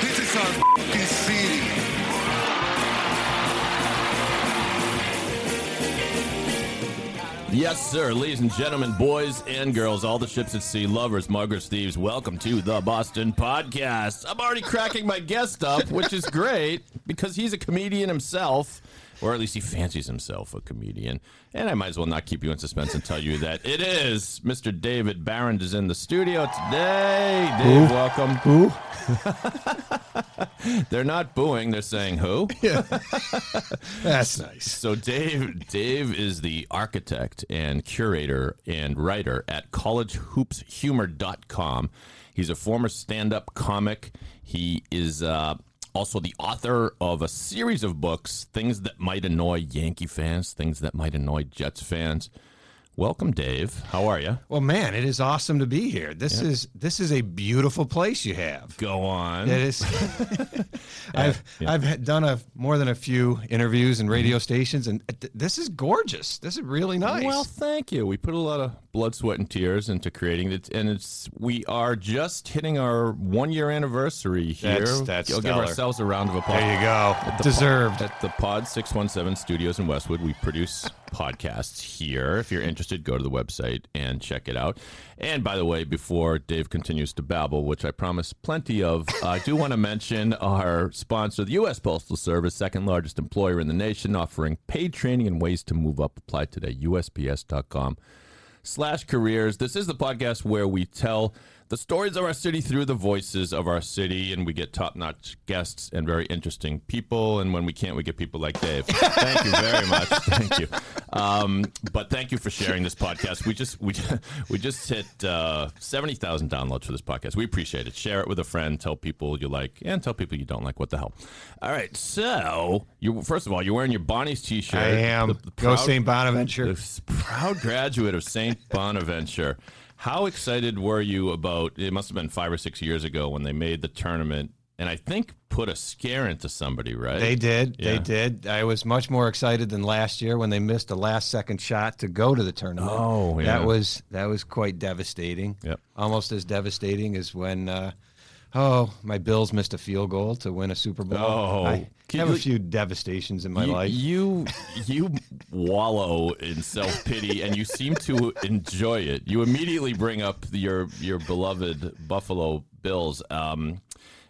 This is our f***ing city. Yes, sir, ladies and gentlemen, boys and girls, all the ships at sea, lovers, muggers, thieves. Welcome to the Boston Podcast. I'm already cracking my guest up, which is great because he's a comedian himself, or at least he fancies himself a comedian. And I might as well not keep you in suspense and tell you that it is Mr. David Barron is in the studio today. Dave, welcome. Who? they're not booing; they're saying who. That's nice. So Dave, Dave is the architect and curator and writer at collegehoopshumor.com. He's a former stand-up comic. He is uh, also the author of a series of books, things that might annoy Yankee fans, things that might annoy Jets fans. Welcome, Dave. How are you? Well, man, it is awesome to be here. This is this is a beautiful place you have. Go on. It is. I've I've had- done a more than a few interviews and radio stations, and uh, th- this is gorgeous. This is really nice. Mm-hmm. Well, thank you. We put a lot of blood, sweat, and tears into creating it, and it's we are just hitting our one year anniversary here. That's- that's We'll stellar. give ourselves a round of applause. there you go. Deserved. At the Pod 617 Studios in Westwood, we produce podcasts here. If you're interested, go to the website and check it out. And by the way, before Dave continues to babble, which I promise plenty of, I do want to mention our sponsor, the U.S. Postal Service, second largest employer in the nation, offering paid training and ways to move up. Apply today, USPS.com slash careers. This is the podcast where we tell the stories of our city through the voices of our city, and we get top notch guests and very interesting people. And when we can't, we get people like Dave. Thank you very much. Thank you. Um, but thank you for sharing this podcast. We just we we just hit uh, seventy thousand downloads for this podcast. We appreciate it. Share it with a friend. Tell people you like, and tell people you don't like. What the hell? All right. So you first of all, you're wearing your Bonnie's t-shirt. I am. The- the go proud- St. Bonaventure. the proud graduate of St. Bonaventure. How excited were you about it? Must have been five or six years ago when they made the tournament and I think put a scare into somebody, right? They did. Yeah. They did. I was much more excited than last year when they missed a last second shot to go to the tournament. Oh, yeah. That was that was quite devastating. Yep. Almost as devastating as when uh, oh, my Bills missed a field goal to win a Super Bowl. Oh. I Can have you- a few devastations in my You, life. you you wallow in self pity and you seem to enjoy it. You immediately bring up your your beloved Buffalo Bills. Um,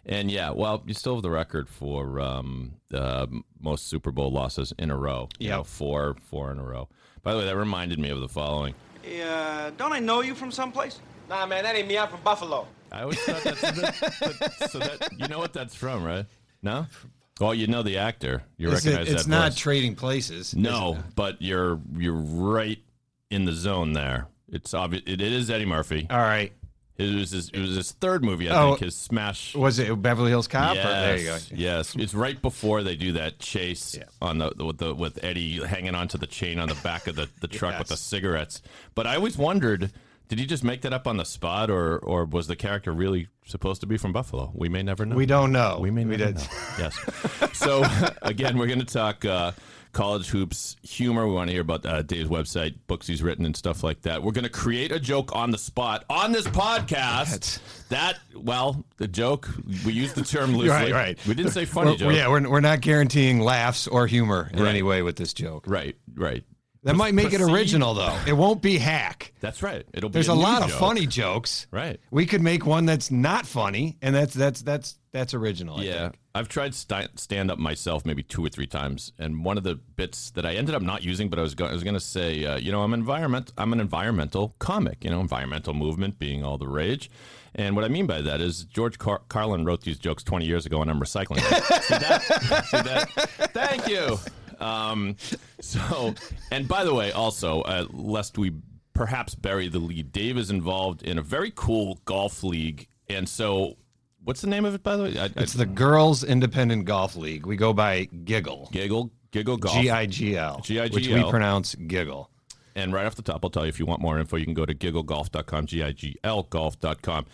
and yeah, well, you still have the record for um, uh, most Super Bowl losses in a row. You know, Yep. four four in a row. By the way, that reminded me of the following. Hey, uh, don't I know you from someplace? Nah, man, that ain't me. I'm from Buffalo. I always thought that's that, that- so that you know what that's from, right? No. Well, you know the actor. You Is it- recognize it's that not voice. trading places. No, but you're you're right in the zone there. It's obvious. It, it is Eddie Murphy. All right. It was his, it was his third movie, I Oh. think. His smash. Was it Beverly Hills Cop? Or- Yes, there you go. Yes, it's right before they do that chase on the with, the with Eddie hanging onto the chain on the back of the, the truck with the Yes. cigarettes. But I always wondered, did he just make that up on the spot, or or was the character really supposed to be from Buffalo? We may never know. We don't know. Oh, We may we never did. know. Yes. So again, we're going to talk uh, college hoops humor. We want to hear about uh, Dave's website, books he's written, and stuff like that. We're going to create a joke on the spot on this podcast. That's- That well, the joke we used the term loosely. Right, right. We didn't say funny We're- joke. Yeah, we're, we're not guaranteeing laughs or humor in Right. any way with this joke. Right. Right. That might make it Proceed. original though. It won't be hack. That's right. It'll be There's a, new lot of joke. funny jokes. Right. We could make one that's not funny, and that's that's that's that's original. I Yeah, think. I've tried st- stand up myself maybe two or three times, and one of the bits that I ended up not using, but I was go- I was going to say, uh, you know, I'm environment I'm an environmental comic, you know, environmental movement being all the rage, and what I mean by that is George Car- Carlin wrote these jokes 20 years ago, and I'm recycling them. see that? See that? Thank you. Um, so, and by the way, also, uh, lest we perhaps bury the lead, Dave is involved in a very cool golf league, and so What's the name of it, by the way? I, I- It's the Girls Independent Golf League. We go by Giggle, Giggle Giggle Golf. G I G L, which we GIGL. pronounce Giggle. And right off the top, I'll tell you if you want more info, you can go to gigglegolf.com, G I G L golf.com.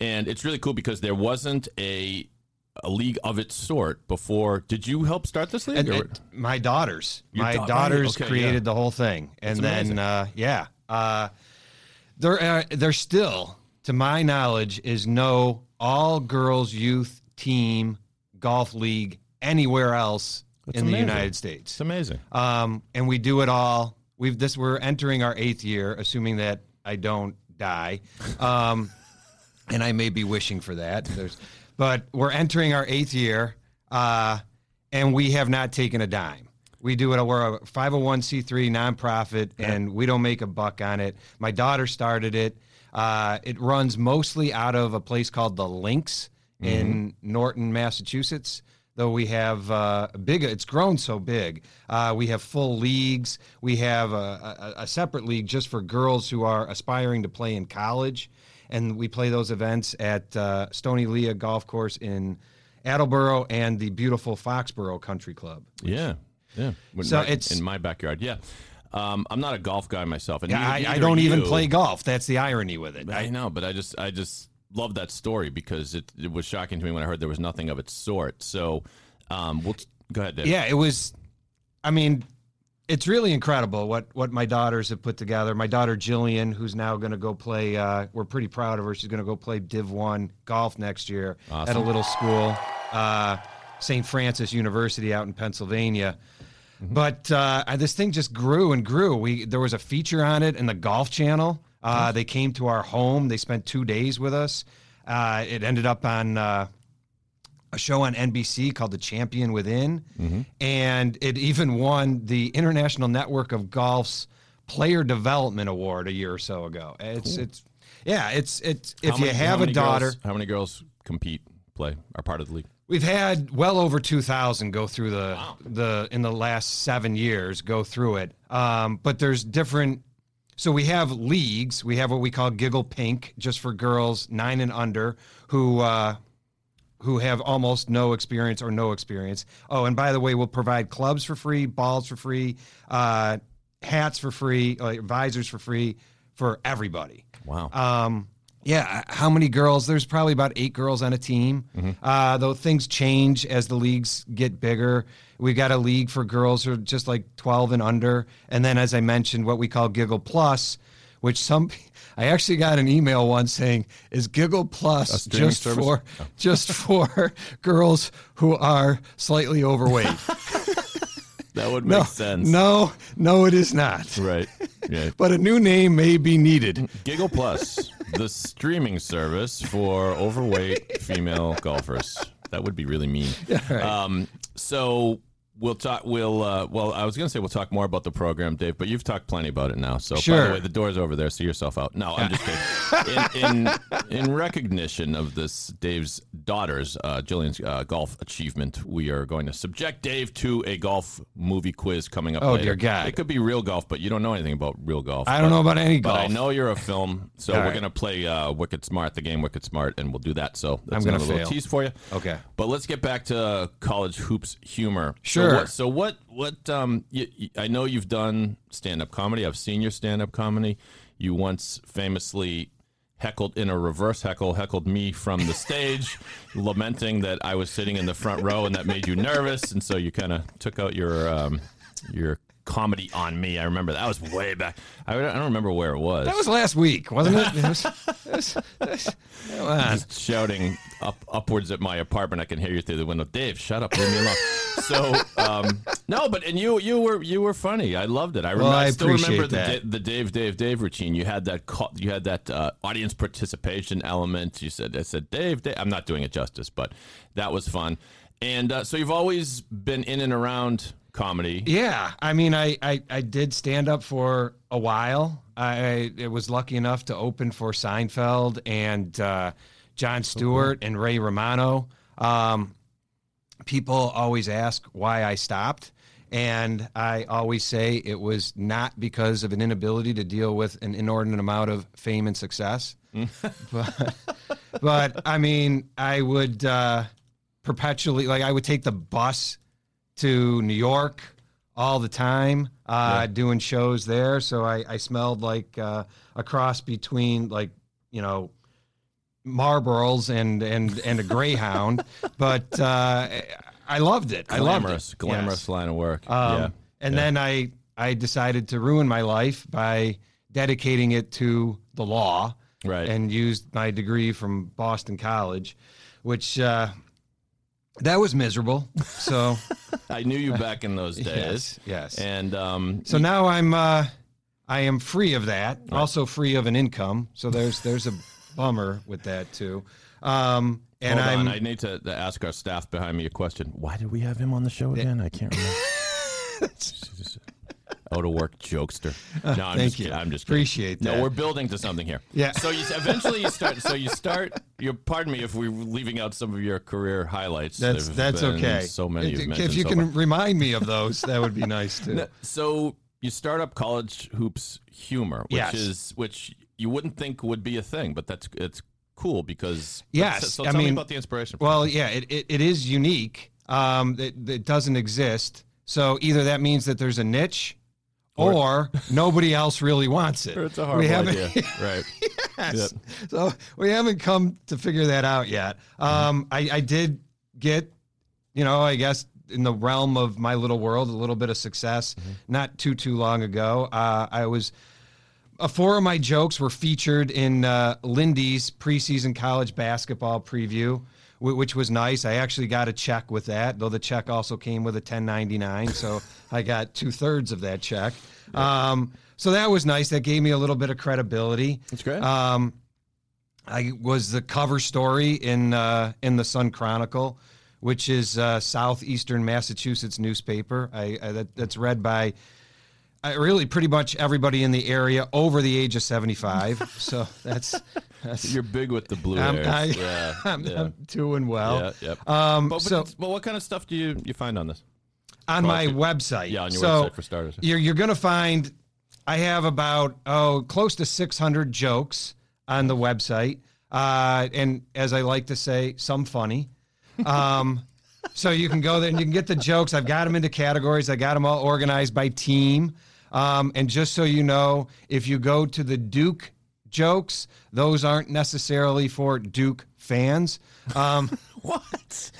And it's really cool because there wasn't a a league of its sort before. Did you help start this league? And, or- and my daughters, Your my da- right, daughters okay, created yeah. the whole thing, and amazing. then uh, yeah, uh, there are, there still, to my knowledge, is no all girls youth team golf league anywhere else That's in amazing. the United States. it's amazing. um, and we do it all. We've this we're entering our eighth year, assuming that I don't die, um, and I may be wishing for that. There's, but we're entering our eighth year, uh, and we have not taken a dime. We do it. We're a 501c3 nonprofit, and we don't make a buck on it. My daughter started it. Uh, it runs mostly out of a place called the Links in Norton, Massachusetts. Though we have uh, a big, it's grown so big. Uh, we have full leagues. We have a, a, a separate league just for girls who are aspiring to play in college, and we play those events at uh, Stony Lea Golf Course in Attleboro and the beautiful Foxborough Country Club. Yeah. Yeah. When So my- it's- in my backyard. Yeah. Um, I'm not a golf guy myself. And Yeah, neither- I, I neither don't are even you. play golf. That's the irony with it. I know, but I just I just love that story because it, it was shocking to me when I heard there was nothing of its sort. So um, we'll go ahead, Dave. yeah it was i mean it's really incredible what what my daughters have put together my daughter jillian who's now going to go play uh, we're pretty proud of her she's going to go play div 1 golf next year at a little school uh, st francis university out in pennsylvania but uh, I- this thing just grew and grew. We there was a feature on it in the Golf Channel. Mm-hmm. Uh, they came to our home. They spent two days with us. Uh, it ended up on uh, a show on NBC called The Champion Within, Mm-hmm. and it even won the International Network of Golf's Player Development Award a year or so ago. It's it's yeah, it's it's if How you many- how have a many girls- daughter. how many girls compete, play, are part of the league? We've had well over two thousand go through the the in the last seven years go through it. Um, but there's different. So we have leagues. We have what we call Giggle Pink, just for girls nine and under who uh, who have almost no experience or no experience. Oh, and by the way, we'll provide clubs for free, balls for free, uh, hats for free, uh, visors for free for everybody. Wow. Um, yeah, how many girls? There's probably about eight girls on a team. Mm-hmm. Uh, though things change as the leagues get bigger. We've got a league for girls who are just like 12 and under. And then, as I mentioned, what we call Giggle Plus, which some I actually got an email once saying, "Is Giggle Plus streaming just service? Oh. for just for girls who are slightly overweight?" that would make no, sense. no, no, it is not. Right. Yeah. But a new name may be needed. Giggle Plus, the streaming service for overweight female golfers. That would be really mean. Um, so we'll talk. We'll uh, well. I was going to say we'll talk more about the program, Dave, but you've talked plenty about it now. So by Sure. the way, the door's over there. See yourself out. No, I'm just kidding. In, in, in recognition of this, Dave's daughter's uh, Jillian's uh, golf achievement, we are going to subject Dave to a golf movie quiz coming up. Oh, later. dear God. It could be real golf, but you don't know anything about real golf. I don't But- know about any but golf. I know you're a film, so All we're right. gonna play uh, Wicked Smart, the game Wicked Smart, and we'll do that. So that's I'm gonna another little fail. tease for you. Okay. but let's get back to college hoops humor. Sure. So what? So what? what um, you, you- I know you've done stand up comedy. I've seen your stand up comedy. You once famously heckled in a reverse heckle, heckled me from the stage, lamenting that I was sitting in the front row and that made you nervous, and so you kind of took out your um, your comedy on me. I remember that. that was way back. I don't I don't remember where it was. That was last week, wasn't it? It was- it was- it was- come on. just shouting up upwards at my apartment. I can hear you through the window. Dave, shut up, leave me alone. So um, no, but and you you were you were funny. I loved it. I remember. Well, I still remember appreciate the, that. Da- the Dave Dave Dave routine. You had that call, you had that uh, audience participation element. You said I said Dave Dave. I'm not doing it justice, but that was fun. And uh, so you've always been in and around comedy. Yeah, I mean, I, I, I did stand up for a while. I, I was lucky enough to open for Seinfeld and uh, John Stewart and Ray Romano. Um, people always ask why I stopped. And I always say it was not because of an inability to deal with an inordinate amount of fame and success. but, but I mean, I would uh, perpetually like I would take the bus to New York all the time, uh, doing shows there. So I, I smelled like uh, a cross between like you know Marlboros and and and a Greyhound, but uh, I loved it. I loved Glamorous, it. glamorous Yes. line of work. Um, yeah. And then I I decided to ruin my life by dedicating it to the law, Right. And used my degree from Boston College, which uh, that was miserable. So I knew you back in those days. yes. And um, so now I'm uh, I am free of that, also free of an income. So there's there's a bummer with that too. Um, and hold I'm on, I need to, to ask our staff behind me a question. Why did we have him on the show again? I can't remember. Jesus. Out of work jokester. No, I'm Uh, thank just you. kidding. I'm just kidding. Appreciate No, that. we're building to something here. Yeah. So you eventually you start. So you start. You pardon me if we're leaving out some of your career highlights. that's There've that's been okay. So many. you've If, mentioned if you so can far. remind me of those, that would be nice too. So you start up college hoops humor, which Yes. is which you wouldn't think would be a thing, but that's it's cool because but Yes, So, so I tell me mean- about the inspiration. for Well, yeah, it, it, it is unique. Um, it, it doesn't exist. So either that means that there's a niche or, nobody else really wants it. that. it's a horrible haven't- idea, right? Yes. So we haven't come to figure that out yet. Uh-huh. Um, I, I did get, you know, I guess in the realm of my little world, a little bit of success Mm-hmm. not too too long ago. Uh, I was. Uh, four of my jokes were featured in uh, Lindy's preseason college basketball preview, whi- which was nice. I actually got a check with that, though the check also came with a 1099, so I got two thirds of that check. Um, so that was nice. That gave me a little bit of credibility. That's great. Um, I was the cover story in uh, in the Sun Chronicle, which is uh, southeastern Massachusetts newspaper. I, I that, that's read by I really pretty much everybody in the area over the age of seventy five. so that's that's You're big with the blue I'm, hairs. I, yeah, I'm, yeah, I'm doing yeah, well. yep. Um, but, but, so but what kind of stuff do you you find on this? on my Well, website, Yeah, on your so website for starters. you're you're gonna find I have about oh close to 600 jokes on the website, uh, and as I like to say, some funny. Um, so you can go there and you can get the jokes. I've got them into categories. I got them all organized by team. Um, and just so you know, if you go to the Duke jokes, those aren't necessarily for Duke fans. Um, What?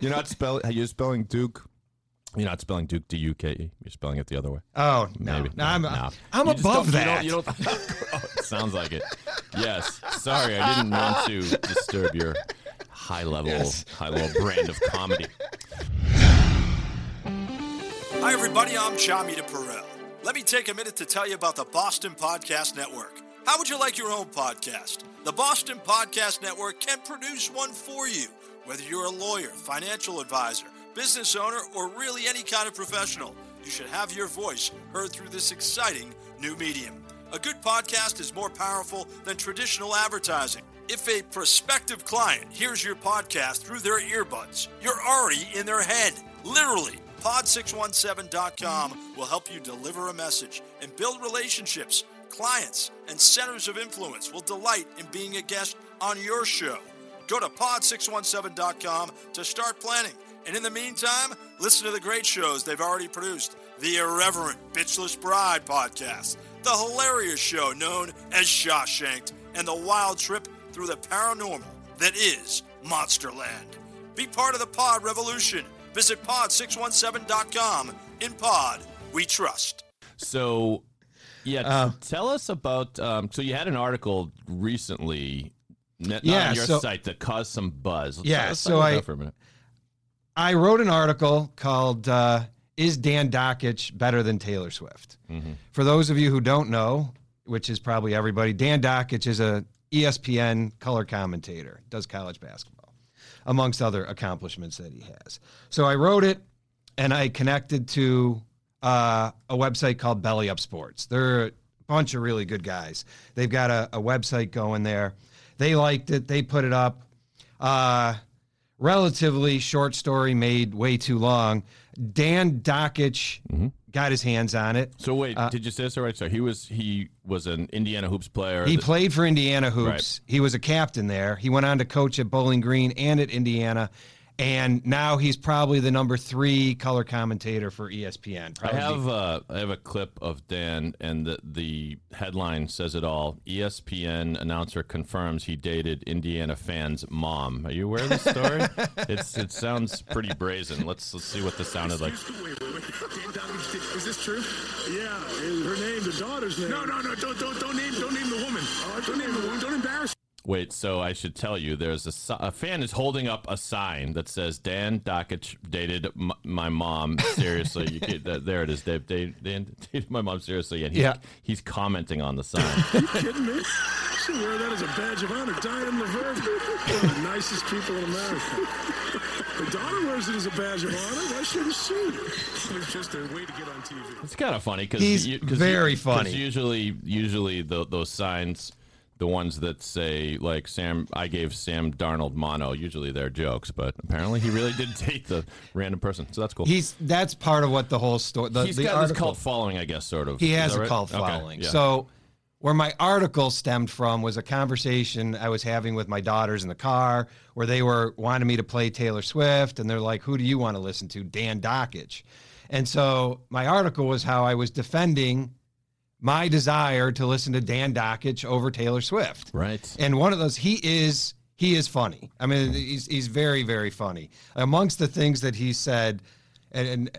you're not spelling. You're spelling Duke. You're not spelling Duke D U K E. You're spelling it the other way. oh no, Maybe. No, I'm, No, no. I'm You just don't- above you that. don't- you don't- Oh, it sounds like it. Yes. Sorry, I didn't want to disturb your high level, high level brand of comedy. Hi, everybody. I'm Chamita Perel. Let me take a minute to tell you about the Boston Podcast Network. How would you like your own podcast? The Boston Podcast Network can produce one for you, whether you're a lawyer, financial advisor, business owner, or really any kind of professional. You should have your voice heard through this exciting new medium. A good podcast is more powerful than traditional advertising. If a prospective client hears your podcast through their earbuds, you're already in their head. Literally, pod617.com will help you deliver a message and build relationships. Clients and centers of influence will delight in being a guest on your show. Go to pod617.com to start planning. And in the meantime, listen to the great shows they've already produced the irreverent Bitchless Bride podcast, the hilarious show known as Shawshanked, and the wild trip through the paranormal that is Monsterland. Be part of the pod revolution. Visit pod617.com. In pod, we trust. So, yeah, t- Uh, tell us about. Um, so you had an article recently. Net, Yeah, on your so- site that caused some buzz. Let's- Yeah, let's so talk about I- that for a minute. I wrote an article called uh, "Is Dan Dockich Better Than Taylor Swift?" For those of you who don't know, which is probably everybody, Dan Dockich is a E ESPN color commentator, does college basketball, amongst other accomplishments that he has. So I wrote it, and I connected to uh, a website called Belly Up Sports. They're a bunch of really good guys. They've got a, a website going there. They liked it. They put it up. Uh, relatively short story made way too long. Dan Dockich got his hands on it. So wait, Uh, did you say this already? So he was he was an Indiana hoops player. He that- played for Indiana Hoops. He was a captain there. He went on to coach at Bowling Green and at Indiana. And now he's probably the number three color commentator for E ESPN. I Probably have uh, I have a clip of Dan, and the, the headline says it all. E ESPN announcer confirms he dated Indiana fans' mom. Are you aware of this story? it's it sounds pretty brazen. Let's let's see what this sounded like. Wait, wait, wait. Dan Dockage did- Is this true? Yeah, her name, the daughter's name. No, no, no. Don't, don't, don't name, don't name the woman. Oh, Don't name the woman. Don't embarrass. Wait, so I should tell you, there's a, si- a fan is holding up a sign that says Dan Dockich dated m- my mom seriously. you get that, there it is. Dave, Dave, Dan dated my mom seriously, and he's, Yeah. he's commenting on the sign. Kidding me? She wear that as a badge of honor. Diane LeVert, one of the nicest people in America. The daughter wears it as a badge of honor. Why shouldn't she? It was just a way to get on TV. It's kind of funny because He's very funny. Usually, usually tho- those signs, the ones that say like Sam, I gave Sam Darnold mono. Usually they're jokes, but apparently he really did date the random person. So that's cool. he's that's part of what the whole story. The, He's uh, the got this article, cult following, I guess, sort of. he Is has that a right? cult Okay, following. yeah. So where my article stemmed from was a conversation I was having with my daughters in the car where they were wanting me to play Taylor Swift and they're like, Who do you want to listen to? Dan Dockich. And so my article was how I was defending my desire to listen to Dan Dockich over Taylor Swift. right. And one of those, he is he is funny. I mean, he's he's very very funny. Amongst the things that he said, and, and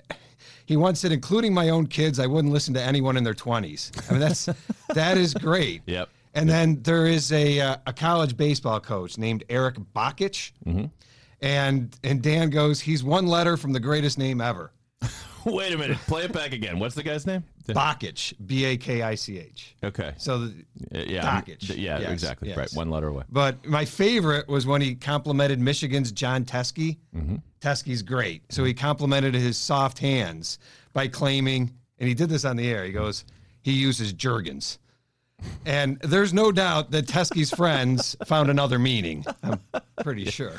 he once said, including my own kids, I wouldn't listen to anyone in their twenties. I mean, that's that is great. Yep. And then there is a uh, a college baseball coach named Eric Bakich, and and Dan goes, he's one letter from the greatest name ever, Wait a minute. Play it back again. What's the guy's name? Bakich, B A K I C H. Okay. So. The, yeah. I'm- Dockage. Yeah. Yes, exactly. yes. Right. One letter away. But my favorite was when he complimented Michigan's John Teskey. Mm-hmm. Teskey's great. So he complimented his soft hands by claiming, and he did this on the air. He goes, he uses Jergens. And there's no doubt that Teskey's friends found another meaning. I'm pretty sure.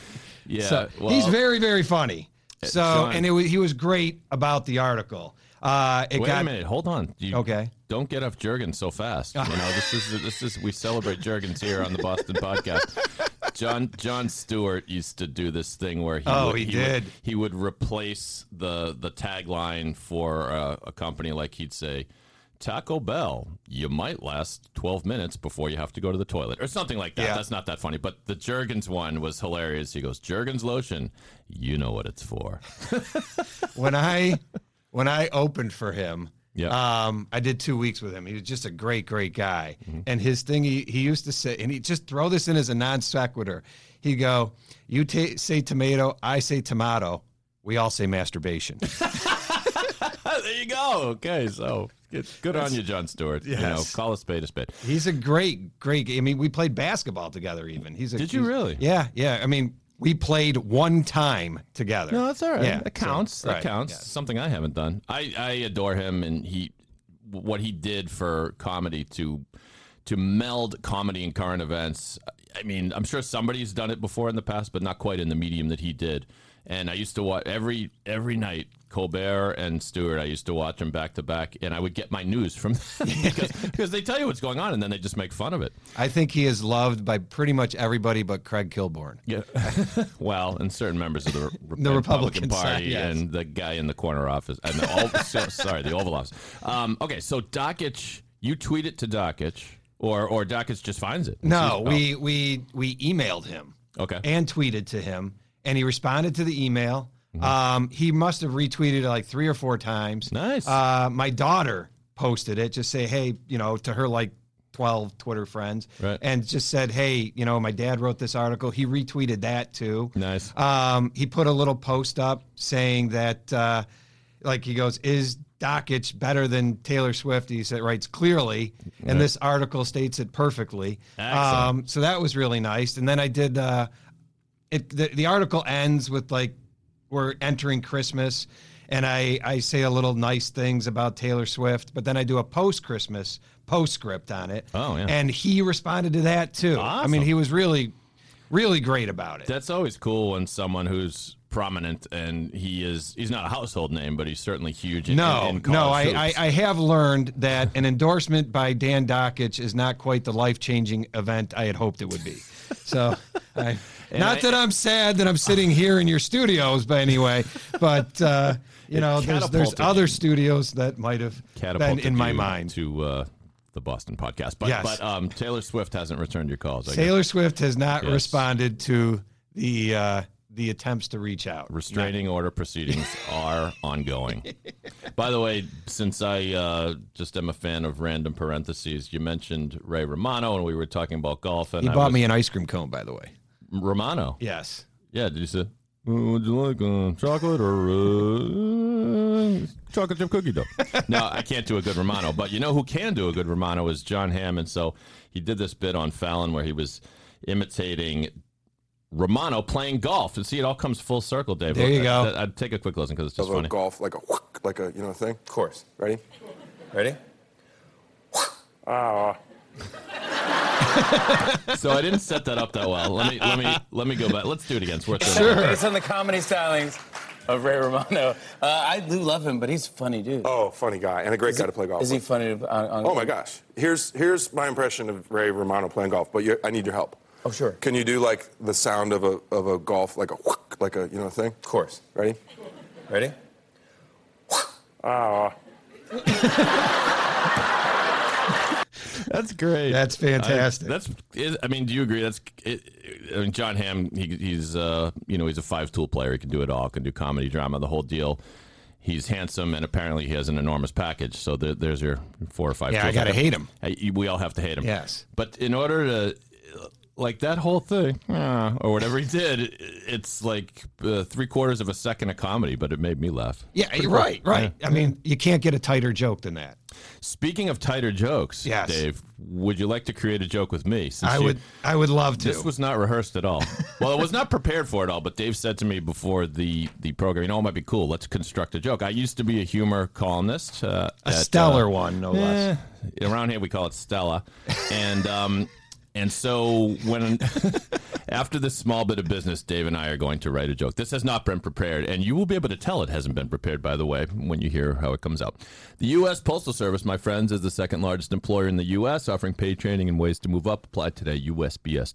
Yeah. So well, he's very, very funny. So, John- and it was, he was great about the article. Uh, it Wait got, a minute. Hold on. You Okay. Don't get off Jergens so fast. You know, this is this is we celebrate Jergens here on the Boston podcast. John John Stewart used to do this thing where he Oh, would, he would- did. he would replace the the tagline for uh, a company like he'd say. Taco Bell, you might last 12 minutes before you have to go to the toilet or something like that. Yeah. That's not that funny, but the Jergens one was hilarious. He goes, Jergens lotion, you know what it's for. when I when I opened for him, Yeah. Mm-hmm. um, I did two weeks with him. He was just a great, great guy. And his thing he, he used to say, and he just throw this in as a non sequitur. He'd go, "You ta say tomato, I say tomato. We all say masturbation." there you go. Okay, so good, good on you, John Stewart. You know, Yes. call a spade a spade. He's a great, great. I mean, we played basketball together. Even he's a. Did you he's- really? Yeah, yeah. I mean, we played one time together. No, that's all right. Yeah, that counts. so- that right, counts. yeah. Something I haven't done. I, I adore him, and he what he did for comedy to to meld comedy and current events. I mean, I'm sure somebody's done it before in the past, but not quite in the medium that he did. And I used to watch every every night Colbert and Stewart. I used to watch them back to back, and I would get my news from them because, because they tell you what's going on, and then they just make fun of it. I think he is loved by pretty much everybody but Craig Kilborn. Yeah. well, and certain members of the, Re- The Republican Party side, yes. and the guy in the corner office. And the Ov- so, sorry, the Oval Office. Um, okay, so Dockich, you tweet it to Dockich, or or Dockich just finds it. and No, sees- oh, we we we emailed him. Okay. And tweeted to him, and he responded to the email. Mm-hmm. Um, he must have retweeted it like three or four times. Nice. Uh, my daughter posted it, just say, hey, you know, to her like twelve Twitter friends, Right. and just said, hey, you know, my dad wrote this article. He retweeted that too. Nice. Um, he put a little post up saying that, uh, like, he goes, Is Dockich better than Taylor Swift? He said, writes clearly. And this article states it perfectly. Um, Excellent. so that was really nice. And then I did, uh, it, the, the article ends with, like, we're entering Christmas. And I, I say a little nice things about Taylor Swift, but then I do a post Christmas postscript on it. Oh, yeah. And he responded to that too. I mean, Awesome. he was really really great about it. That's always cool when someone who's prominent and he is he's not a household name, but he's certainly huge. In, No, in, in no, I, college I, hoops. I have learned that an endorsement by Dan Dockich is not quite the life changing event I had hoped it would be. So, I, not I- that I'm sad that I'm sitting here in your studios, but anyway, but uh, you It know, there's, there's catapulted you. other studios that might have been catapulted in my you mind. to uh, the Boston podcast. But Yes. but um, Taylor Swift hasn't returned your calls. I guess. Taylor Swift has not Yes. responded to the uh, the attempts to reach out. Restraining order proceedings are ongoing. By the way, since I uh, just am a fan of random parentheses, you mentioned Ray Romano, and we were talking about golf. And He I bought was- me an ice cream cone, by the way. Romano. Yes. Yeah, did you say? "Uh, Would you like uh, chocolate or uh, chocolate chip cookie dough? no, I can't do a good Romano, but you know who can do a good Romano is John Hammond. So he did this bit on Fallon where he was imitating Romano playing golf, and see, it all comes full circle, Dave. There you I- go. I- I'd take a quick listen because it's just of a funny. golf, like a whack, like a you know thing. Of course. Ready? Ready? So I didn't set that up that well. Let me let me let me go back. Let's do it again. It's worth it. Based on the comedy stylings of Ray Romano, uh, I do love him, but he's a funny dude. Oh, funny guy and a great guy to play golf. Is he with. funny? to- On, on, oh my gosh. Here's here's my impression of Ray Romano playing golf, but you I need your help. Oh, sure. Can you do like the sound of a of a golf, like a whack, like a you know thing? Of course. Ready? Ready? That's great. That's fantastic. I, that's. Is, I mean, do you agree? That's. It, I mean, John Hamm. He, he's. Uh, you know, he's a five-tool player. He can do it all. Can do comedy, drama, the whole deal. He's handsome, and apparently he has an enormous package. So there, there's your four or five. Yeah, I tools. gotta hate him. Hey, We all have to hate him. Yes. But in order to, like that whole thing, uh, or whatever he did, it's like uh, three quarters of a second of comedy, but it made me laugh. Yeah, you're right, right. I mean, you can't get a tighter joke than that. Speaking of tighter jokes, Yes. Dave, would you like to create a joke with me? Since I you- would, I would love to. This was not rehearsed at all. well, it was not prepared for at all. But Dave said to me before the the program, you know, it might be cool. Let's construct a joke. I used to be a humor columnist. Uh, a at, stellar one, no uh, less. eh, around here we call it Stella, and um, and so when after this small bit of business, Dave and I are going to write a joke. This has not been prepared, and you will be able to tell it hasn't been prepared. By the way, when you hear how it comes out, the U.S. Postal Service, my friends, is the second largest employer in the U.S., offering paid training and ways to move up. Apply today.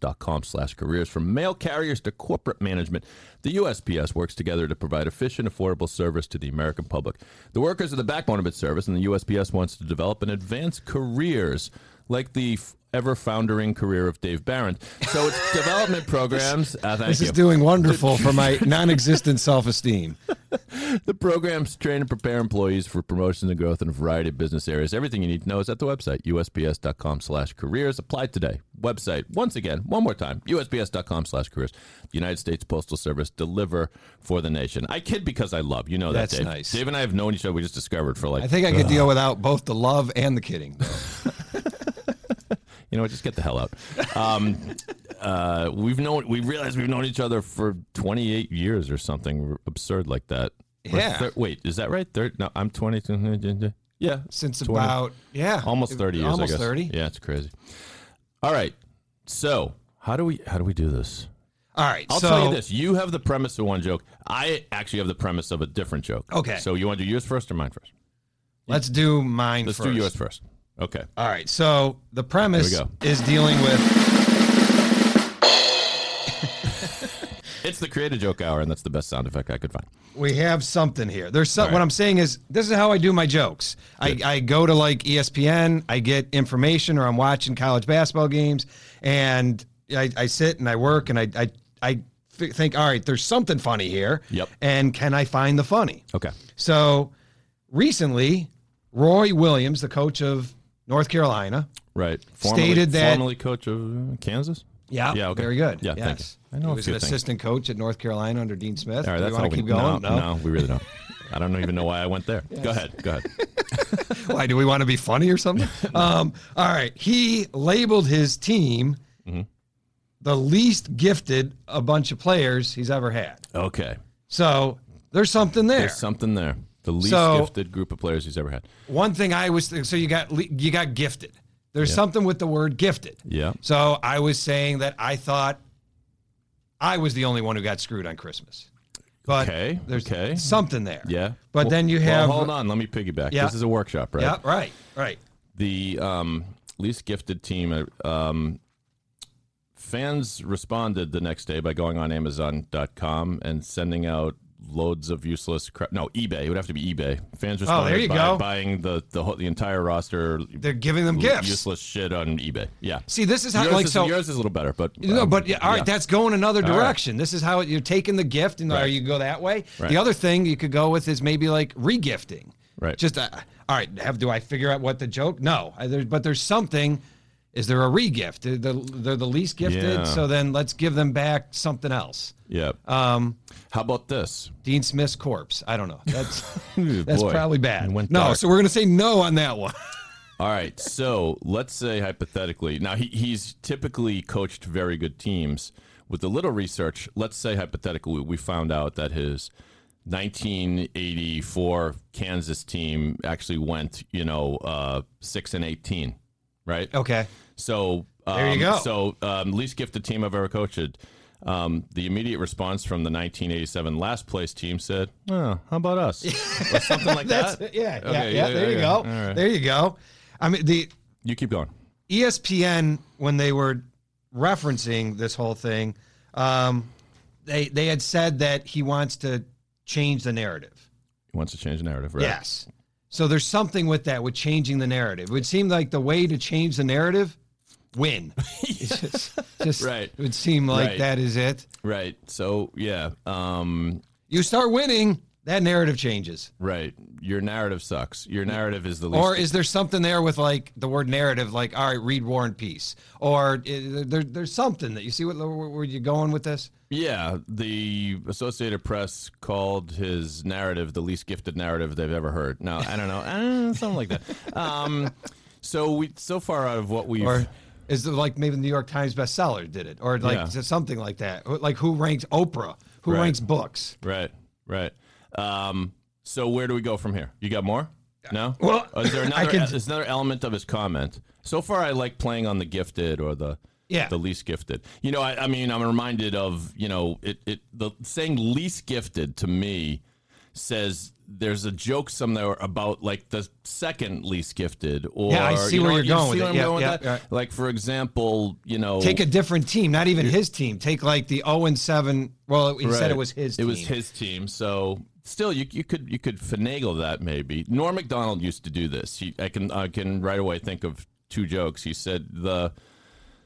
USPS.com/careers from mail carriers to corporate management. The USPS works together to provide efficient, affordable service to the American public. The workers are the backbone of its service, and the USPS wants to develop and advance careers like the f- ever foundering career of Dave Barron. So its development programs. Uh, thank This you. is doing wonderful for my non-existent self-esteem. the programs train and prepare employees for promotions and growth in a variety of business areas. Everything you need to know is at the website, usps.com slash careers. Apply today. Website, once again, one more time, usps.com slash careers. The United States Postal Service deliver for the nation. I kid because I love. You know that, That's Dave. nice. Dave and I have known each other. We just discovered for like, I think I could deal without both the love and the kidding. though. you know what, just get the hell out. Um, uh, we've known, we realized we've known each other for 28 years or something absurd like that. Or Yeah. thir- wait, is that right? Thir- no, I'm 22. Yeah. Since 20. about yeah, almost 30 years I almost guess. thirty. yeah it's crazy all right so how do we how do we do this All right, i'll so tell you this you have the premise of one joke i actually have the premise of a different joke Okay. so you want to do yours first or mine first let's do mine let's first. do yours first okay All right, so the premise Here we is dealing with it's the create a joke hour and that's the best sound effect i could find we have something here. There's some, All right. what I'm saying is this is how I do my jokes. I, Good. I go to like E ESPN, I get information, or I'm watching college basketball games, and I, I sit and I work and I I I fi- think all right, there's something funny here. Yep. And can I find the funny? okay So recently, Roy Williams, the coach of North Carolina, right Stated that- formerly coach of uh, kansas yeah okay very good. yeah thank you yes. i know he a was few an things. assistant coach at North Carolina under Dean Smith. all right Do you that's want all to we keep going? no, no we really don't i don't even know why i went there go ahead go ahead Why do we want to be funny or something? um, all right. He labeled his team Mm-hmm. the least gifted a bunch of players he's ever had. okay So there's something there. there's something there the least So- gifted group of players he's ever had One thing I was so you got le- you got gifted. There's something with the word gifted. Yeah. So I was saying that I thought I was the only one who got screwed on Christmas. But Okay, there's okay. something there. Yeah. But Well- then you well, have hold on, let me piggyback. Yeah. This is a workshop, right? Yeah, right, right. The um, least gifted team. uh, Um, fans responded the next day by going on Amazon.com and sending out loads of useless crap. No, eBay. It would have to be eBay. Fans responded Oh, there you by go. buying the the, whole, the entire roster. They're giving them gifts. Useless shit on eBay. Yeah. See, this is how yours like is, so yours is a little better, but No, um, but yeah, all right, that's going another All right. direction. This is how it, you're taking the gift, and Right. or you go that way. Right. The other thing you could go with is maybe like regifting. Right. Just uh, all right. Have do I figure out what the joke? No, I, there, but there's something. Is there a regift? They're the, they're the least gifted, Yeah. so then let's give them back something else. yeah. um, How about this? Dean Smith's corpse. I don't know. That's Ooh, that's boy. probably bad. It No, went dark. so we're gonna say no on that one. All right. So let's say hypothetically, now he, he's typically coached very good teams. With a little research, let's say hypothetically, we found out that his 1984 Kansas team actually went, you know, uh, six and 18, right? okay. So um, There you go. So um, least gifted team I've ever coached. Um, the immediate response from the 1987 last place team said, "Oh, how about us?" or something like That's that. yeah, yeah, Okay, yeah. There you okay. go. All right. There you go. I mean the You keep going. E ESPN when they were referencing this whole thing, um, they they had said that he wants to change the narrative. He wants to change the narrative, right? Yes. So there's something with that with changing the narrative. It would seem like the way to change the narrative, win. It's just, just Right. It would seem like Right. that is it. Right. So yeah. Um, You start winning, that narrative changes. right. Your narrative sucks. Your narrative is the least. Or is there something there with like the word narrative, like all right, read War and Peace, or uh, there, there's something that you see what where, where you going with this? yeah. The Associated Press called his narrative the least gifted narrative they've ever heard. Now I don't know. uh, something like that. Um, so we so far out of what we've. or is it like maybe the New York Times bestseller did it, or like Yeah. s- something like that? Or, Like who ranks Oprah? Who Right. ranks books? Right, right. Um, so where do we go from here? You got more? No. Well, Or is there I another? e, can- is another element of his comment? So far, I like playing on the gifted or the Yeah. the least gifted. You know, I, I mean, I'm reminded of you know it it the saying least gifted to me says there's a joke somewhere about like the second least gifted or Yeah, I see you know, where you're you going see with where it. I'm Yeah, going with yeah, that? yeah. like for example you know Take a different team, not even his team. Take like the zero and seven. Well, he said it Right. was his. It was team. his team. So still, you, you could you could finagle that maybe. Norm Macdonald used to do this. He, I can I can right away think of two jokes. He said the,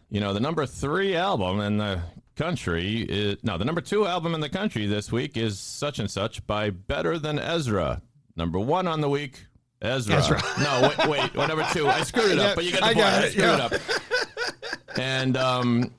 you know, the number three album in the country. Is, no, the number two album in the country this week is such and such by Better Than Ezra. Number one on the week. Ezra. Ezra. No, wait, wait. Well, number two. I screwed it up, but you got the I point. got I it, screwed yeah. it up. And um,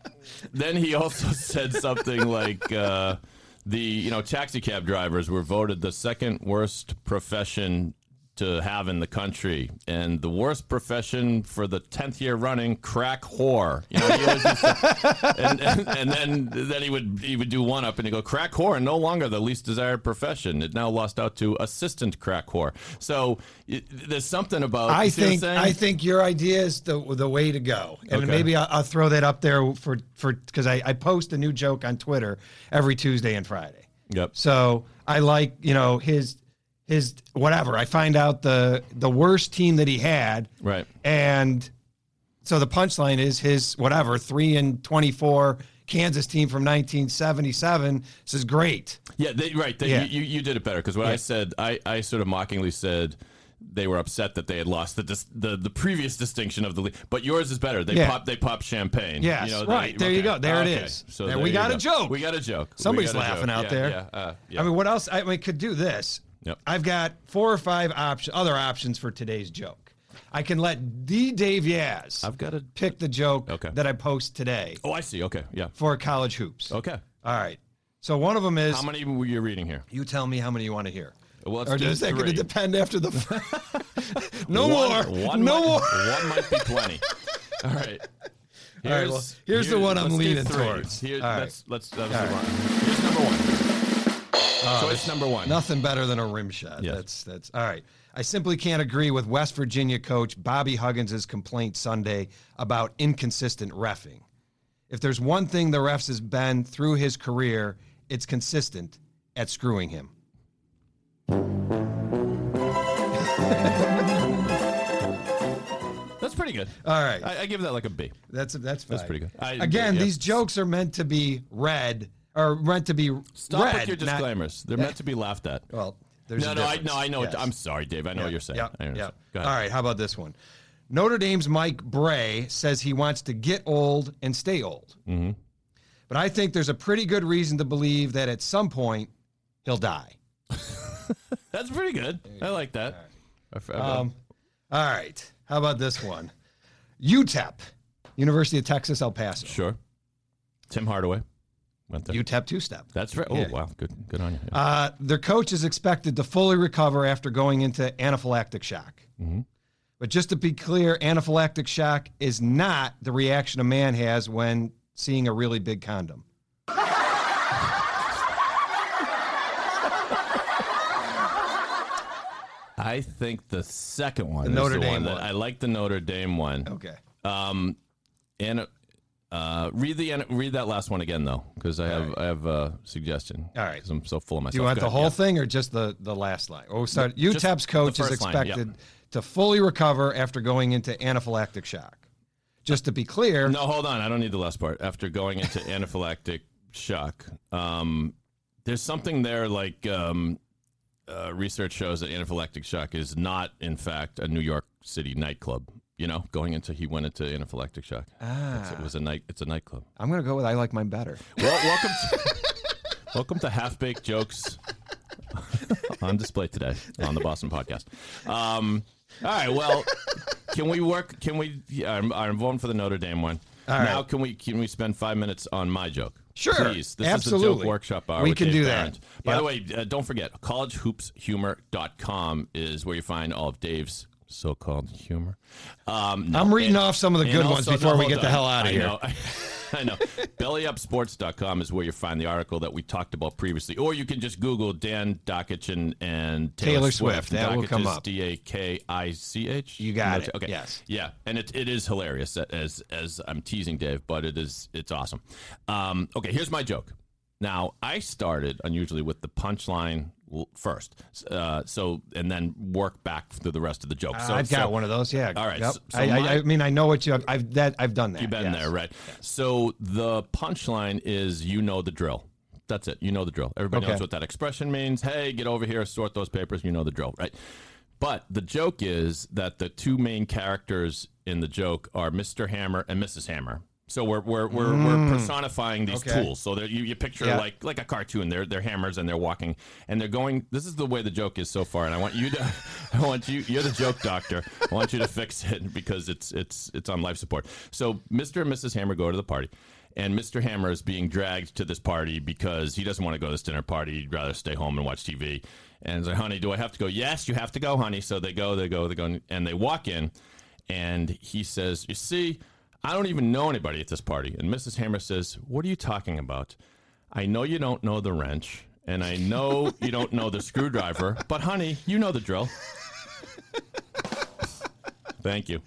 then he also said something like uh, the you know taxi cab drivers were voted the second worst profession to have in the country, and the worst profession for the tenth year running, crack whore. You know, he always used to- and, and, and then then he would he would do one up and he go crack whore, no longer the least desired profession. It now lost out to assistant crack whore. So it, there's something about I you see what I'm think saying? I think your idea is the the way to go, and Okay. maybe I'll, I'll throw that up there for for because I, I post a new joke on Twitter every Tuesday and Friday. Yep. So I like you know his his whatever. I find out the the worst team that he had, Right. And so the punchline is his whatever three and twenty four Kansas team from nineteen seventy seven. This is great. Yeah, they, right. They, Yeah. You, you did it better because what I Yeah. said, I, I sort of mockingly said they were upset that they had lost the dis, the, the previous distinction of the league. But yours is better. They Yeah. pop they pop champagne. Yes, right. There you go. There it is. There we you got a joke. We got a joke. We Somebody's got a laughing joke. out Yeah, there. Yeah, uh, yeah. I mean, what else? I mean, could do this. Yep. I've got four or five option, other options for today's joke. I can let D. Dave Yaz I've got a. pick the joke Okay. that I post today Oh, I see. Okay, yeah. for college hoops. Okay. All right. So one of them is How many were you reading here? you tell me how many you want to hear. Well, let's or do is that going three. to depend after the first? no One- more. One no might, more. One might be plenty. All right. Here's, right, well, here's the one I'm let's do leaning three. towards. Here, All right. let's, let's, let's All do right. Uh, one. Here's number one. Choice number one. Nothing better than a rim shot. Yeah. That's that's all right. I simply can't agree with West Virginia coach Bobby Huggins' complaint Sunday about inconsistent refing. If there's one thing the refs has been through his career, it's consistent at screwing him. That's pretty good. All right. I, I give that like a B. That's that's fine. That's pretty good. I Again, agree, yeah. these jokes are meant to be read or meant to be Stop read. with your not- disclaimers. They're meant to be laughed at. well, there's No, a no, I, difference. no, I know. Yes. What, I'm sorry, Dave. I know what you're saying. Yep, I understand. yep. Go All ahead. right, how about this one? Notre Dame's Mike Bray says he wants to get old and stay old. Mm-hmm. But I think there's a pretty good reason to believe that at some point he'll die. That's pretty good. I like that. uh, I f- I- Um, all right, how about this one? UTEP, University of Texas, El Paso. E sure. Tim Hardaway went there. UTEP two step. That's right. Oh Yeah. wow, good, good on you. Yeah. Uh, their coach is expected to fully recover after going into anaphylactic shock. Mm-hmm. But just to be clear, anaphylactic shock is not the reaction a man has when seeing a really big condom. I think the second one. The is Notre the Dame that- one. I like the Notre Dame one. Okay. Um, and uh, read the and read that last one again though, because I have I have a suggestion. All right. 'Cause I'm so full of myself. Do you want Go the ahead, whole yeah. thing or just the, the last line? Oh, sorry. UTEP's coach the is first line, yep. expected to fully recover after going into anaphylactic shock. Just to be clear, No, hold on. I don't need the last part. After going into anaphylactic shock, um, there's something there like um, uh, research shows that anaphylactic shock is not, in fact, a New York City nightclub. You know, going into he went into anaphylactic shock. Ah. It's, it was a night. It's a nightclub. I'm going to go with I like mine better. Well, welcome, to, welcome to half baked jokes on display today on the Boston podcast. Um, all right, well, can we work? Can we? I'm, I'm voting for the Notre Dame one. right. Now, can we? Can we spend five minutes on my joke? Sure, please. This is a absolutely. joke workshop hour. We with can Dave do that. Barron. By the way, uh, don't forget collegehoopshumor.com is where you find all of Dave's so-called humor. Um, no, I'm reading off some of the and good ones also- before no, we hold get the on. hell out of I here. know. I know. BellyUpSports.com is where you find the article that we talked about previously. Or you can just Google Dan Dockichin and Taylor, Taylor Swift. That will Dockich come is up. D-A-K-I-C-H? You got it. Okay. Yes. Yeah. And it, it is hilarious as as I'm teasing Dave, but it is it's awesome. Um, okay, here's my joke. Now, I started unusually with the punchline l- first. Uh, so and then work back through the rest of the joke. So I've got so- one of those. Yeah. All right, Yep. so- so I, I- my- I mean, I know what you. I've, I've that. I've done that. You've been yes. there, right? So the punchline is you know the drill. That's it. You know the drill. Everybody Okay. knows what that expression means. Hey, get over here, sort those papers. You know the drill, right? But the joke is that the two main characters in the joke are Mr. Hammer and Mrs. Hammer. So we're we're we're, we're personifying these Hmm. Okay. tools. So that you, you picture Yeah. like like a cartoon. They're they're hammers and they're walking and they're going. This is the way the joke is so far. And I want you to, I want you. You're the joke doctor. I want you to fix it because it's it's it's on life support. So Mr. and Mrs. Hammer go to the party. And Mr. Hammer is being dragged to this party because he doesn't want to go to this dinner party. He'd rather stay home and watch TV. And he's like, honey, do I have to go? Yes, you have to go, honey. So they go, they go, they go, and they walk in. And he says, You see, I don't even know anybody at this party. And Mrs. Hammer says, What are you talking about? I know you don't know the wrench, and I know you don't know the screwdriver, but honey, you know the drill. Thank you.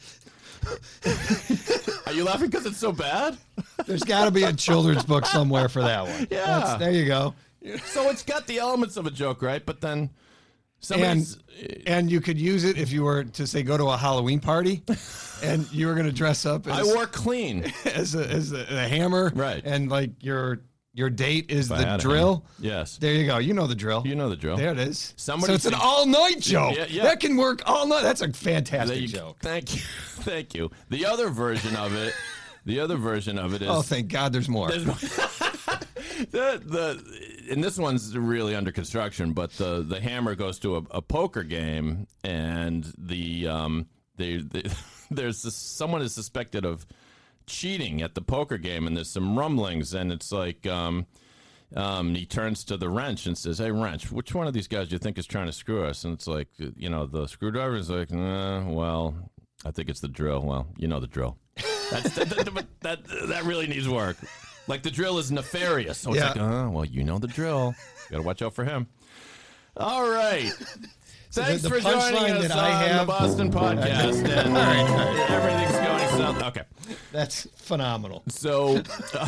Are you laughing because it's so bad? There's got to be a children's book somewhere for that one. Yeah. That's- there you go. So it's got the elements of a joke, right? But then somebody's. And and you could use it if you were to say go to a Halloween party, and you were going to dress up I as, wore clean. as, a, as a, a hammer, Right. And like your your date is I the had a drill. hammer. Yes. There you go. You know the drill. You know the drill. There it is. Somebody so it's an think- all night joke. Yeah, yeah. That can work all night. That's a fantastic There you- joke. Thank you. Thank you. The other version of it. The other version of it is Oh, thank God there's more. the, the and this one's really under construction, but the the hammer goes to a, a poker game, and the um they, they there's this, someone is suspected of cheating at the poker game, and there's some rumblings, and it's like um. Um, he turns to the wrench and says, "Hey, wrench, which one of these guys do you think is trying to screw us?" And it's like, you know, the screwdriver's like, nah, "Well, I think it's the drill." Well, you know the drill. That's, that, that, but that that really needs work. Like "Uh, the drill is nefarious. So it's Yeah. like, oh, well, you know the drill. Got to watch out for him. All right. Thanks the for joining punchline us that I on the have- Boston podcast. and uh, Everything's going south. Okay. That's phenomenal. So, uh,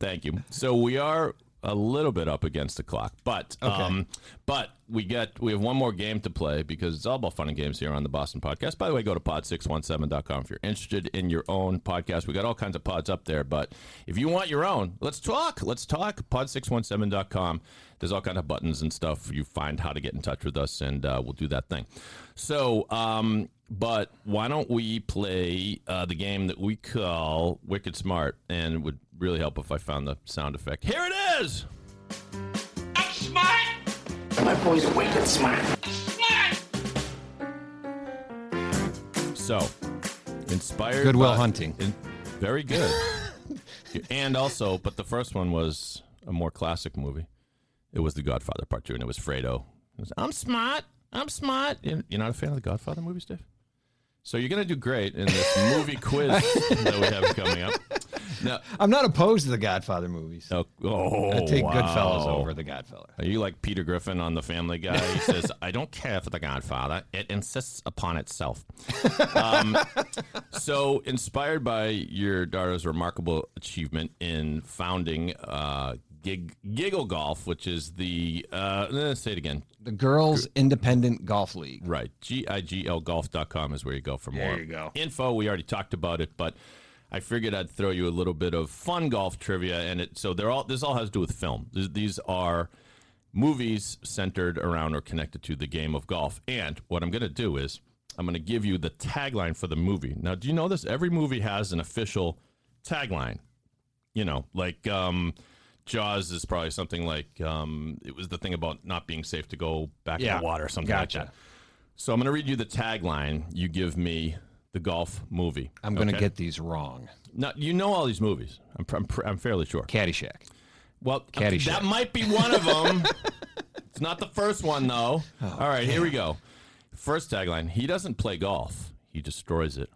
thank you. So we are a little bit up against the clock, but um, but we get we have one more game to play because it's all about fun and games here on the Boston Podcast. By the way, go to pod617.com if you're interested in your own podcast. We got all kinds of pods up there, but if you want your own, let's talk. Let's talk. Pod617.com. There's all kind of buttons and stuff. You find how to get in touch with us, and uh, we'll do that thing. So, um, but why don't we play uh, the game that we call Wicked Smart? And it would really help if I found the sound effect. Here it is. So, inspired. Goodwill by- Hunting. in- very good. and also, but the first one was a more classic movie. It was The Godfather Part Two, and it was Fredo. It was, I'm smart. I'm smart. You- You're not a fan of the Godfather movies, Dave? So you're gonna do great in this movie quiz that we have coming up. No, I'm not opposed to the Godfather movies. no oh, I take wow. Goodfellas over the Godfather. Are you like Peter Griffin on The Family Guy? He says, I don't care for The Godfather. It insists upon itself. um, so, inspired by your daughter's remarkable achievement in founding uh, Gig- Giggle Golf, which is the, uh, eh, say it again, The Girls Independent Golf League. Right. GIGLGolf.com is where you go for more info. We already talked about it, but I figured I'd throw you a little bit of fun golf trivia. And it, so they're all, this all has to do with film. These- These are movies centered around or connected to the game of golf. And what I'm going to do is I'm going to give you the tagline for the movie. Now, do you know this? Every movie has an official tagline you know, like um, Jaws is probably something like um, it was the thing about not being safe to go back in Yeah. the water or something like Gotcha. that. So I'm going to read you the tagline. You give me the golf movie. I'm going to okay? get these wrong. Now, you know all these movies. I'm, pr- I'm, pr- I'm fairly sure. Caddyshack. Well, Caddyshack. that might be one of them. it's not the first one though. all right, here we go. First tagline: He doesn't play golf. He destroys it.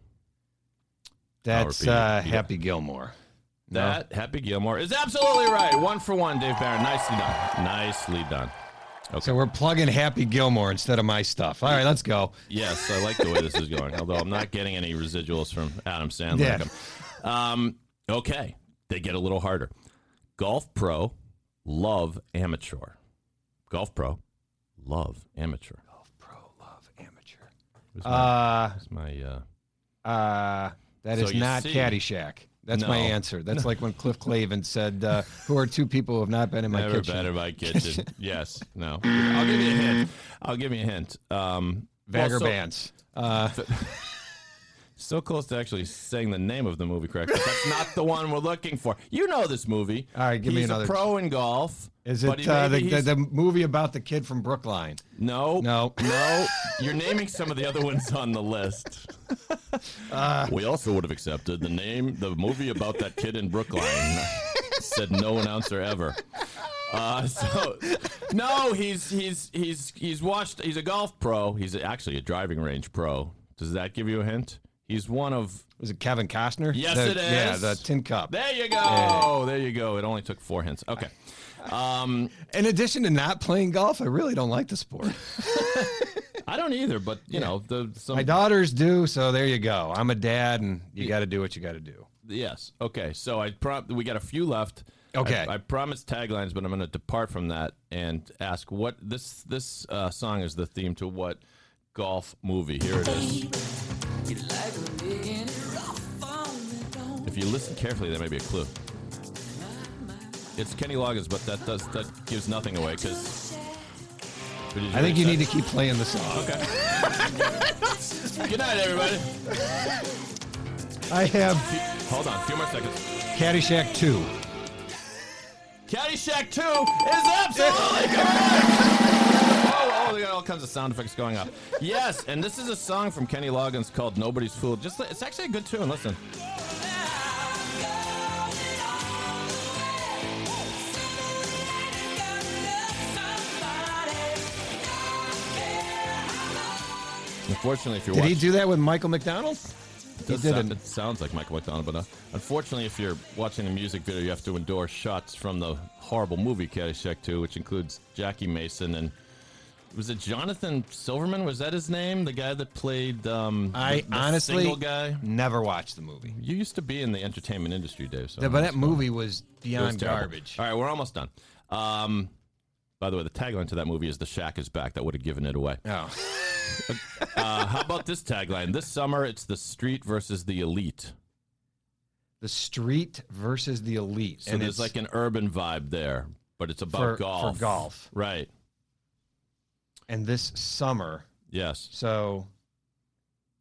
That's repeat it. uh, You- Happy Gilmore. That Happy Gilmore is absolutely right. One for one, Dave Barron. Nicely done. Nicely done. So we're plugging Happy Gilmore instead of my stuff. All right, let's go. Yes, I like the way this is going. Although I'm not getting any residuals from Adam Sandler. Um, okay, they get a little harder. Golf pro, love amateur. Golf pro, love amateur. Pro love amateur. Where's my, Uh, where's my, uh, Uh, that So is you not see- Caddyshack. That's my No. answer. That's like when Cliff Clavin said, uh, "Who are two people who have not been in my never kitchen?" better my kitchen. yes, no. I'll give you a hint. I'll give you a hint. Um, well, so- Vagabonds. So close to actually saying the name of the movie correctly. That's not the one we're looking for. You know this movie. All right, give he's me another- A pro in golf. is but it he- uh, the, maybe the, he's- the movie about the kid from Brookline? No, No. no. You're naming some of the other ones on the list. we also would have accepted the name, the movie about that kid in Brookline. said no announcer ever. Uh, so, no, he's he's he's he's washed. He's a golf pro. He's actually a driving range pro. Does that give you a hint? He's one of Was it Kevin Costner? Yes, The- it is. Yeah, the Tin Cup. There you go. There you go. It only took four hints. Okay. Um, in addition to not playing golf, I really don't like the sport. I don't either, but you know the some. my daughters do, so there you go. I'm a dad, and you got to do what you got to do. Yes. Okay. So I prom- we got a few left. Okay. I, I promised taglines, but I'm going to depart from that and ask what this this uh, song is the theme to what golf movie? Here it is. If you listen carefully, there may be a clue. It's Kenny Loggins, but that does that gives nothing away because. I think you need to keep playing the song. Good night, everybody. I have Hold on, a few more seconds. Caddyshack two. Caddyshack 2 is absolutely correct! Oh, oh, they got all kinds of sound effects going up. Yes, and this is a song from Kenny Loggins called Nobody's Fool. Just li- It's actually a good tune. Listen. Unfortunately, if you're Did he watching, do that with Michael McDonald? He does sound- didn't. it sounds like Michael McDonald, but uh, unfortunately, if you're watching a music video, you have to endure shots from the horrible movie Caddyshack 2, which includes Jackie Mason and was it Jonathan Silverman? Was that his name? The guy that played um, I the, the honestly single guy. never watched the movie. You used to be in the entertainment industry, Dave. So Yeah, but that's that fine. movie was It was beyond terrible. garbage. All right, we're almost done. Um, by the way, the tagline to that movie is "The Shack is back." That would have given it away. Oh, Uh, how about this tagline? This summer, it's the street versus the elite. the street versus the elite. So there's it's- like an urban vibe there, but it's about For- for golf. golf. right? and this summer. Yes. So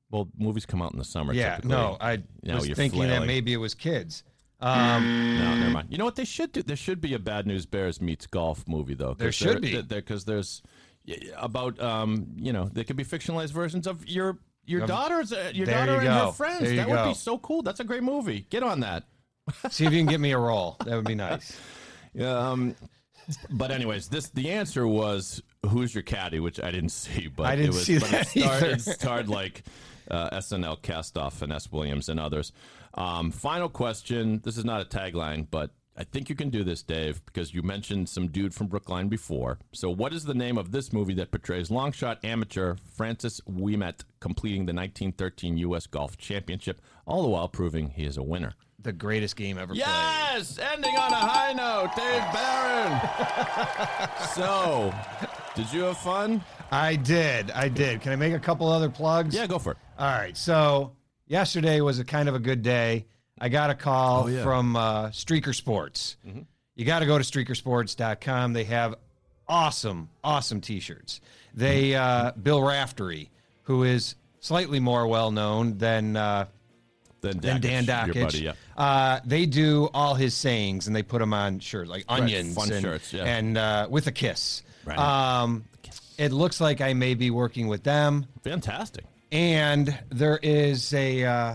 Well, movies come out in the summer. yeah, typically. no, I Now was you're thinking flailing. that maybe it was kids. Um, No, never mind. You know what they should do? There should be a Bad News Bears meets golf movie, though. 'cause There should be. because there's y- y- about um, you know, there could be fictionalized versions of your your Um, daughters, uh, your there daughter you and go. her friends. There you that would go. be so cool. That's a great movie. Get on that. see if you can get me a role. That would be nice. Um, but anyways, this the answer was who's your caddy, which I didn't see, but I it didn't was see but that it starred, either. it starred like uh, SNL castoff Finesse Williams and others. Um, final question. This is not a tagline, but I think you can do this, Dave, because you mentioned some dude from Brookline before. So, what is the name of this movie that portrays long shot amateur Francis Wiemet completing the 1913 U.S. Golf Championship, all the while proving he is a winner? The greatest game ever played. Yes, ending on a high note, Dave Barron. so, did you have fun? I did. I did. Can I make a couple other plugs? Yeah, go for it. All right. So yesterday was a kind of a good day. I got a call Oh, yeah. Mm-hmm. from uh, Streaker Sports. You got to go to streakersports.com. They have awesome, awesome t-shirts. They Mm-hmm. uh, Bill Raftery, who is slightly more well known than uh, Then than Dan Dockage. your buddy, yeah. uh, they do all his sayings and they put them on shirts like onions, fun and, shirts, yeah. and uh, with a kiss. Right. Um, it looks like I may be working with them Fantastic. and there is a uh,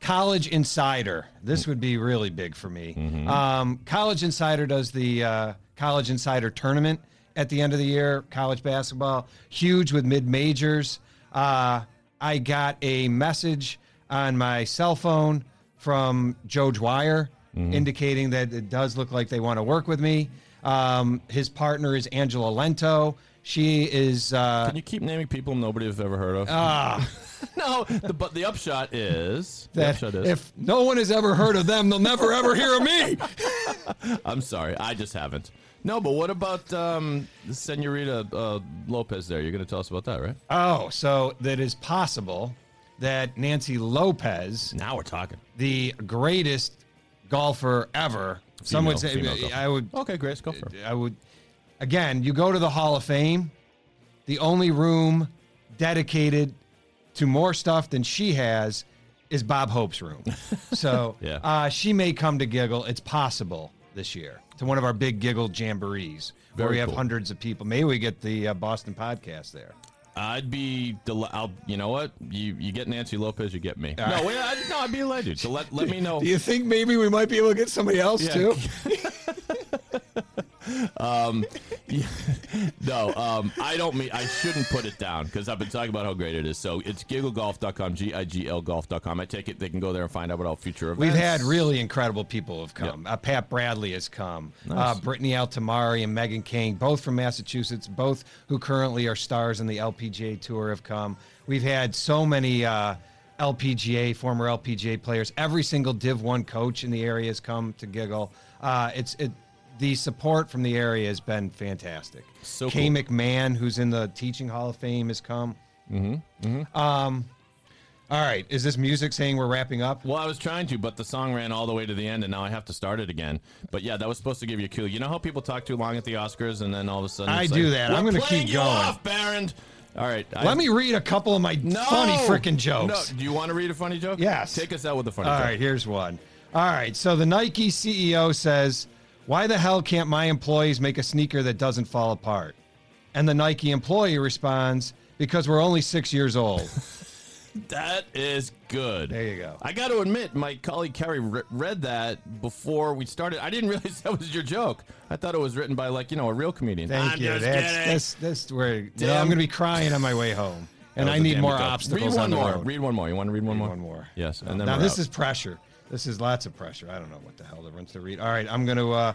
college insider. This would be really big for me. Um, college insider does the uh, college insider tournament at the end of the year. College basketball, huge with mid majors. Uh, I got a message on my cell phone from Joe Dwyer indicating that it does look like they want to work with me. Um, his partner is Angela Lento. She is uh, Can you keep naming people nobody has ever heard of? Ah. no, the, but the upshot is the that upshot is. if no one has ever heard of them, they'll never ever hear of me. I'm sorry, I just haven't. No, but what about um, Senorita uh, Lopez? There, you're going to tell us about that, right? Oh, so that is possible that Nancy Lopez, Now we're talking. the greatest golfer ever, some would say Female golfer. I would Okay, Grace, go for it. I would again, you go to the Hall of Fame, the only room dedicated to more stuff than she has is Bob Hope's room. So Yeah. uh, she may come to giggle. It's possible this year to one of our big giggle jamborees where Very we have cool. hundreds of people. Maybe we get the uh, Boston podcast there. I'd be del- I'll, you know what you you get Nancy Lopez you get me no wait I, no I'd be delighted so let let me know you think maybe we might be able to get somebody else Yeah. too? no um I don't mean I shouldn't put it down because I've been talking about how great it is so it's gigglegolf.com g i g l golf.com I take it they can go there and find out about all future events We've had really incredible people have come. Uh, Pat Bradley has come. Uh, Brittany Altamari and Megan King, both from Massachusetts, both who currently are stars in the LPGA Tour, have come. We've had so many uh, LPGA, former LPGA players. Every single Div 1 coach in the area has come to giggle. Uh, it's it, The support from the area has been fantastic. So Kay cool. McMahon, who's in the Teaching Hall of Fame, has come. Mm-hmm. Um, all right. Is this music saying we're wrapping up? well I was trying to but the song ran all the way to the end and now I have to start it again but yeah that was supposed to give you a cue you know how people talk too long at the Oscars and then all of a sudden I it's do like, that. "We're I'm gonna playing keep you going." off Baron all right I- Let me read a couple of my funny freaking jokes. No. Do you want to read a funny joke? Yes. Take us out with a funny All joke. right, here's one. All right, so the Nike CEO says, "Why the hell can't my employees make a sneaker that doesn't fall apart?" And the Nike employee responds, "Because we're only 6 years old." That is good. There you go. I got to admit, my colleague Carrie re- read that before we started. I didn't realize that was your joke. I thought it was written by like you know a real comedian. Thank I'm you. just that's, kidding. that's that's where no, Damn. I'm going to be crying on my way home. That And was I a need damn more good joke. obstacles Read one on the more. road. Read one more. You want to read one more? one more. Yes, and then now we're this out. is pressure. This is lots of pressure. I don't know what the hell the Mm-hmm. ones to read. All right, I'm going to. Uh,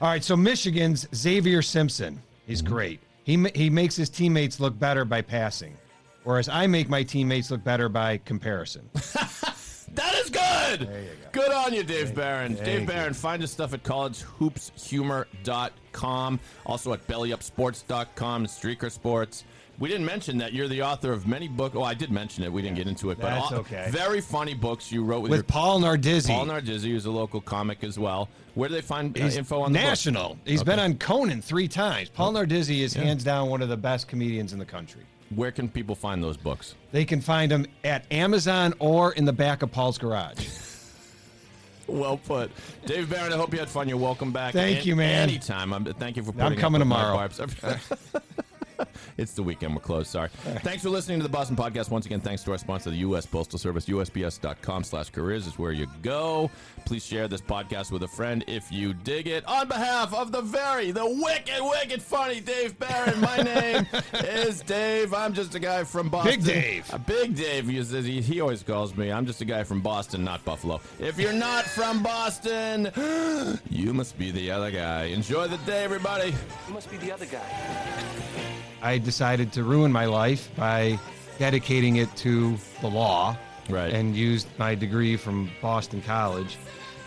all right, so Michigan's Xavier Simpson. He's great. He ma- he makes his teammates look better by passing, whereas I make my teammates look better by comparison. That is good. Good on you, Dave Barron. Dave Barron, find his stuff at collegehoopshumor.com, also at bellyupsports.com, Streaker Sports. We didn't mention that you're the author of many books. Oh, I did mention it. We didn't get into it, but That's all- okay. very funny books you wrote with, With your, Paul Nardizzi, Paul Nardizzi, who's a local comic as well. Where do they find uh, He's info on national. The book? He's Okay. been on Conan three times. Paul Nardizzi is hands down one of the best comedians in the country. Where can people find those books? They can find him at Amazon or in the back of Paul's garage. Well put, Dave Barron. I hope you had fun. You're welcome back. Thank you, man. Anytime. I'm, thank you for. Putting I'm up coming with my tomorrow. barbs. it's the weekend. We're closed. Sorry. Thanks for listening to the Boston podcast. Once again, thanks to our sponsor, the U.S. Postal Service. USPS.com/careers is where you go. Please share this podcast with a friend if you dig it. On behalf of the very, the wicked, wicked, funny Dave Barron. My name is Dave. I'm just a guy from Boston. Dave. Uh, Big Dave, he, says- he, he always calls me. I'm just a guy from Boston, not Buffalo. If you're not from Boston, you must be the other guy. Enjoy the day, everybody. You must be the other guy. I decided to ruin my life by dedicating it to the law. Right. And used my degree from Boston College,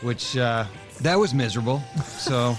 which uh, that was miserable. So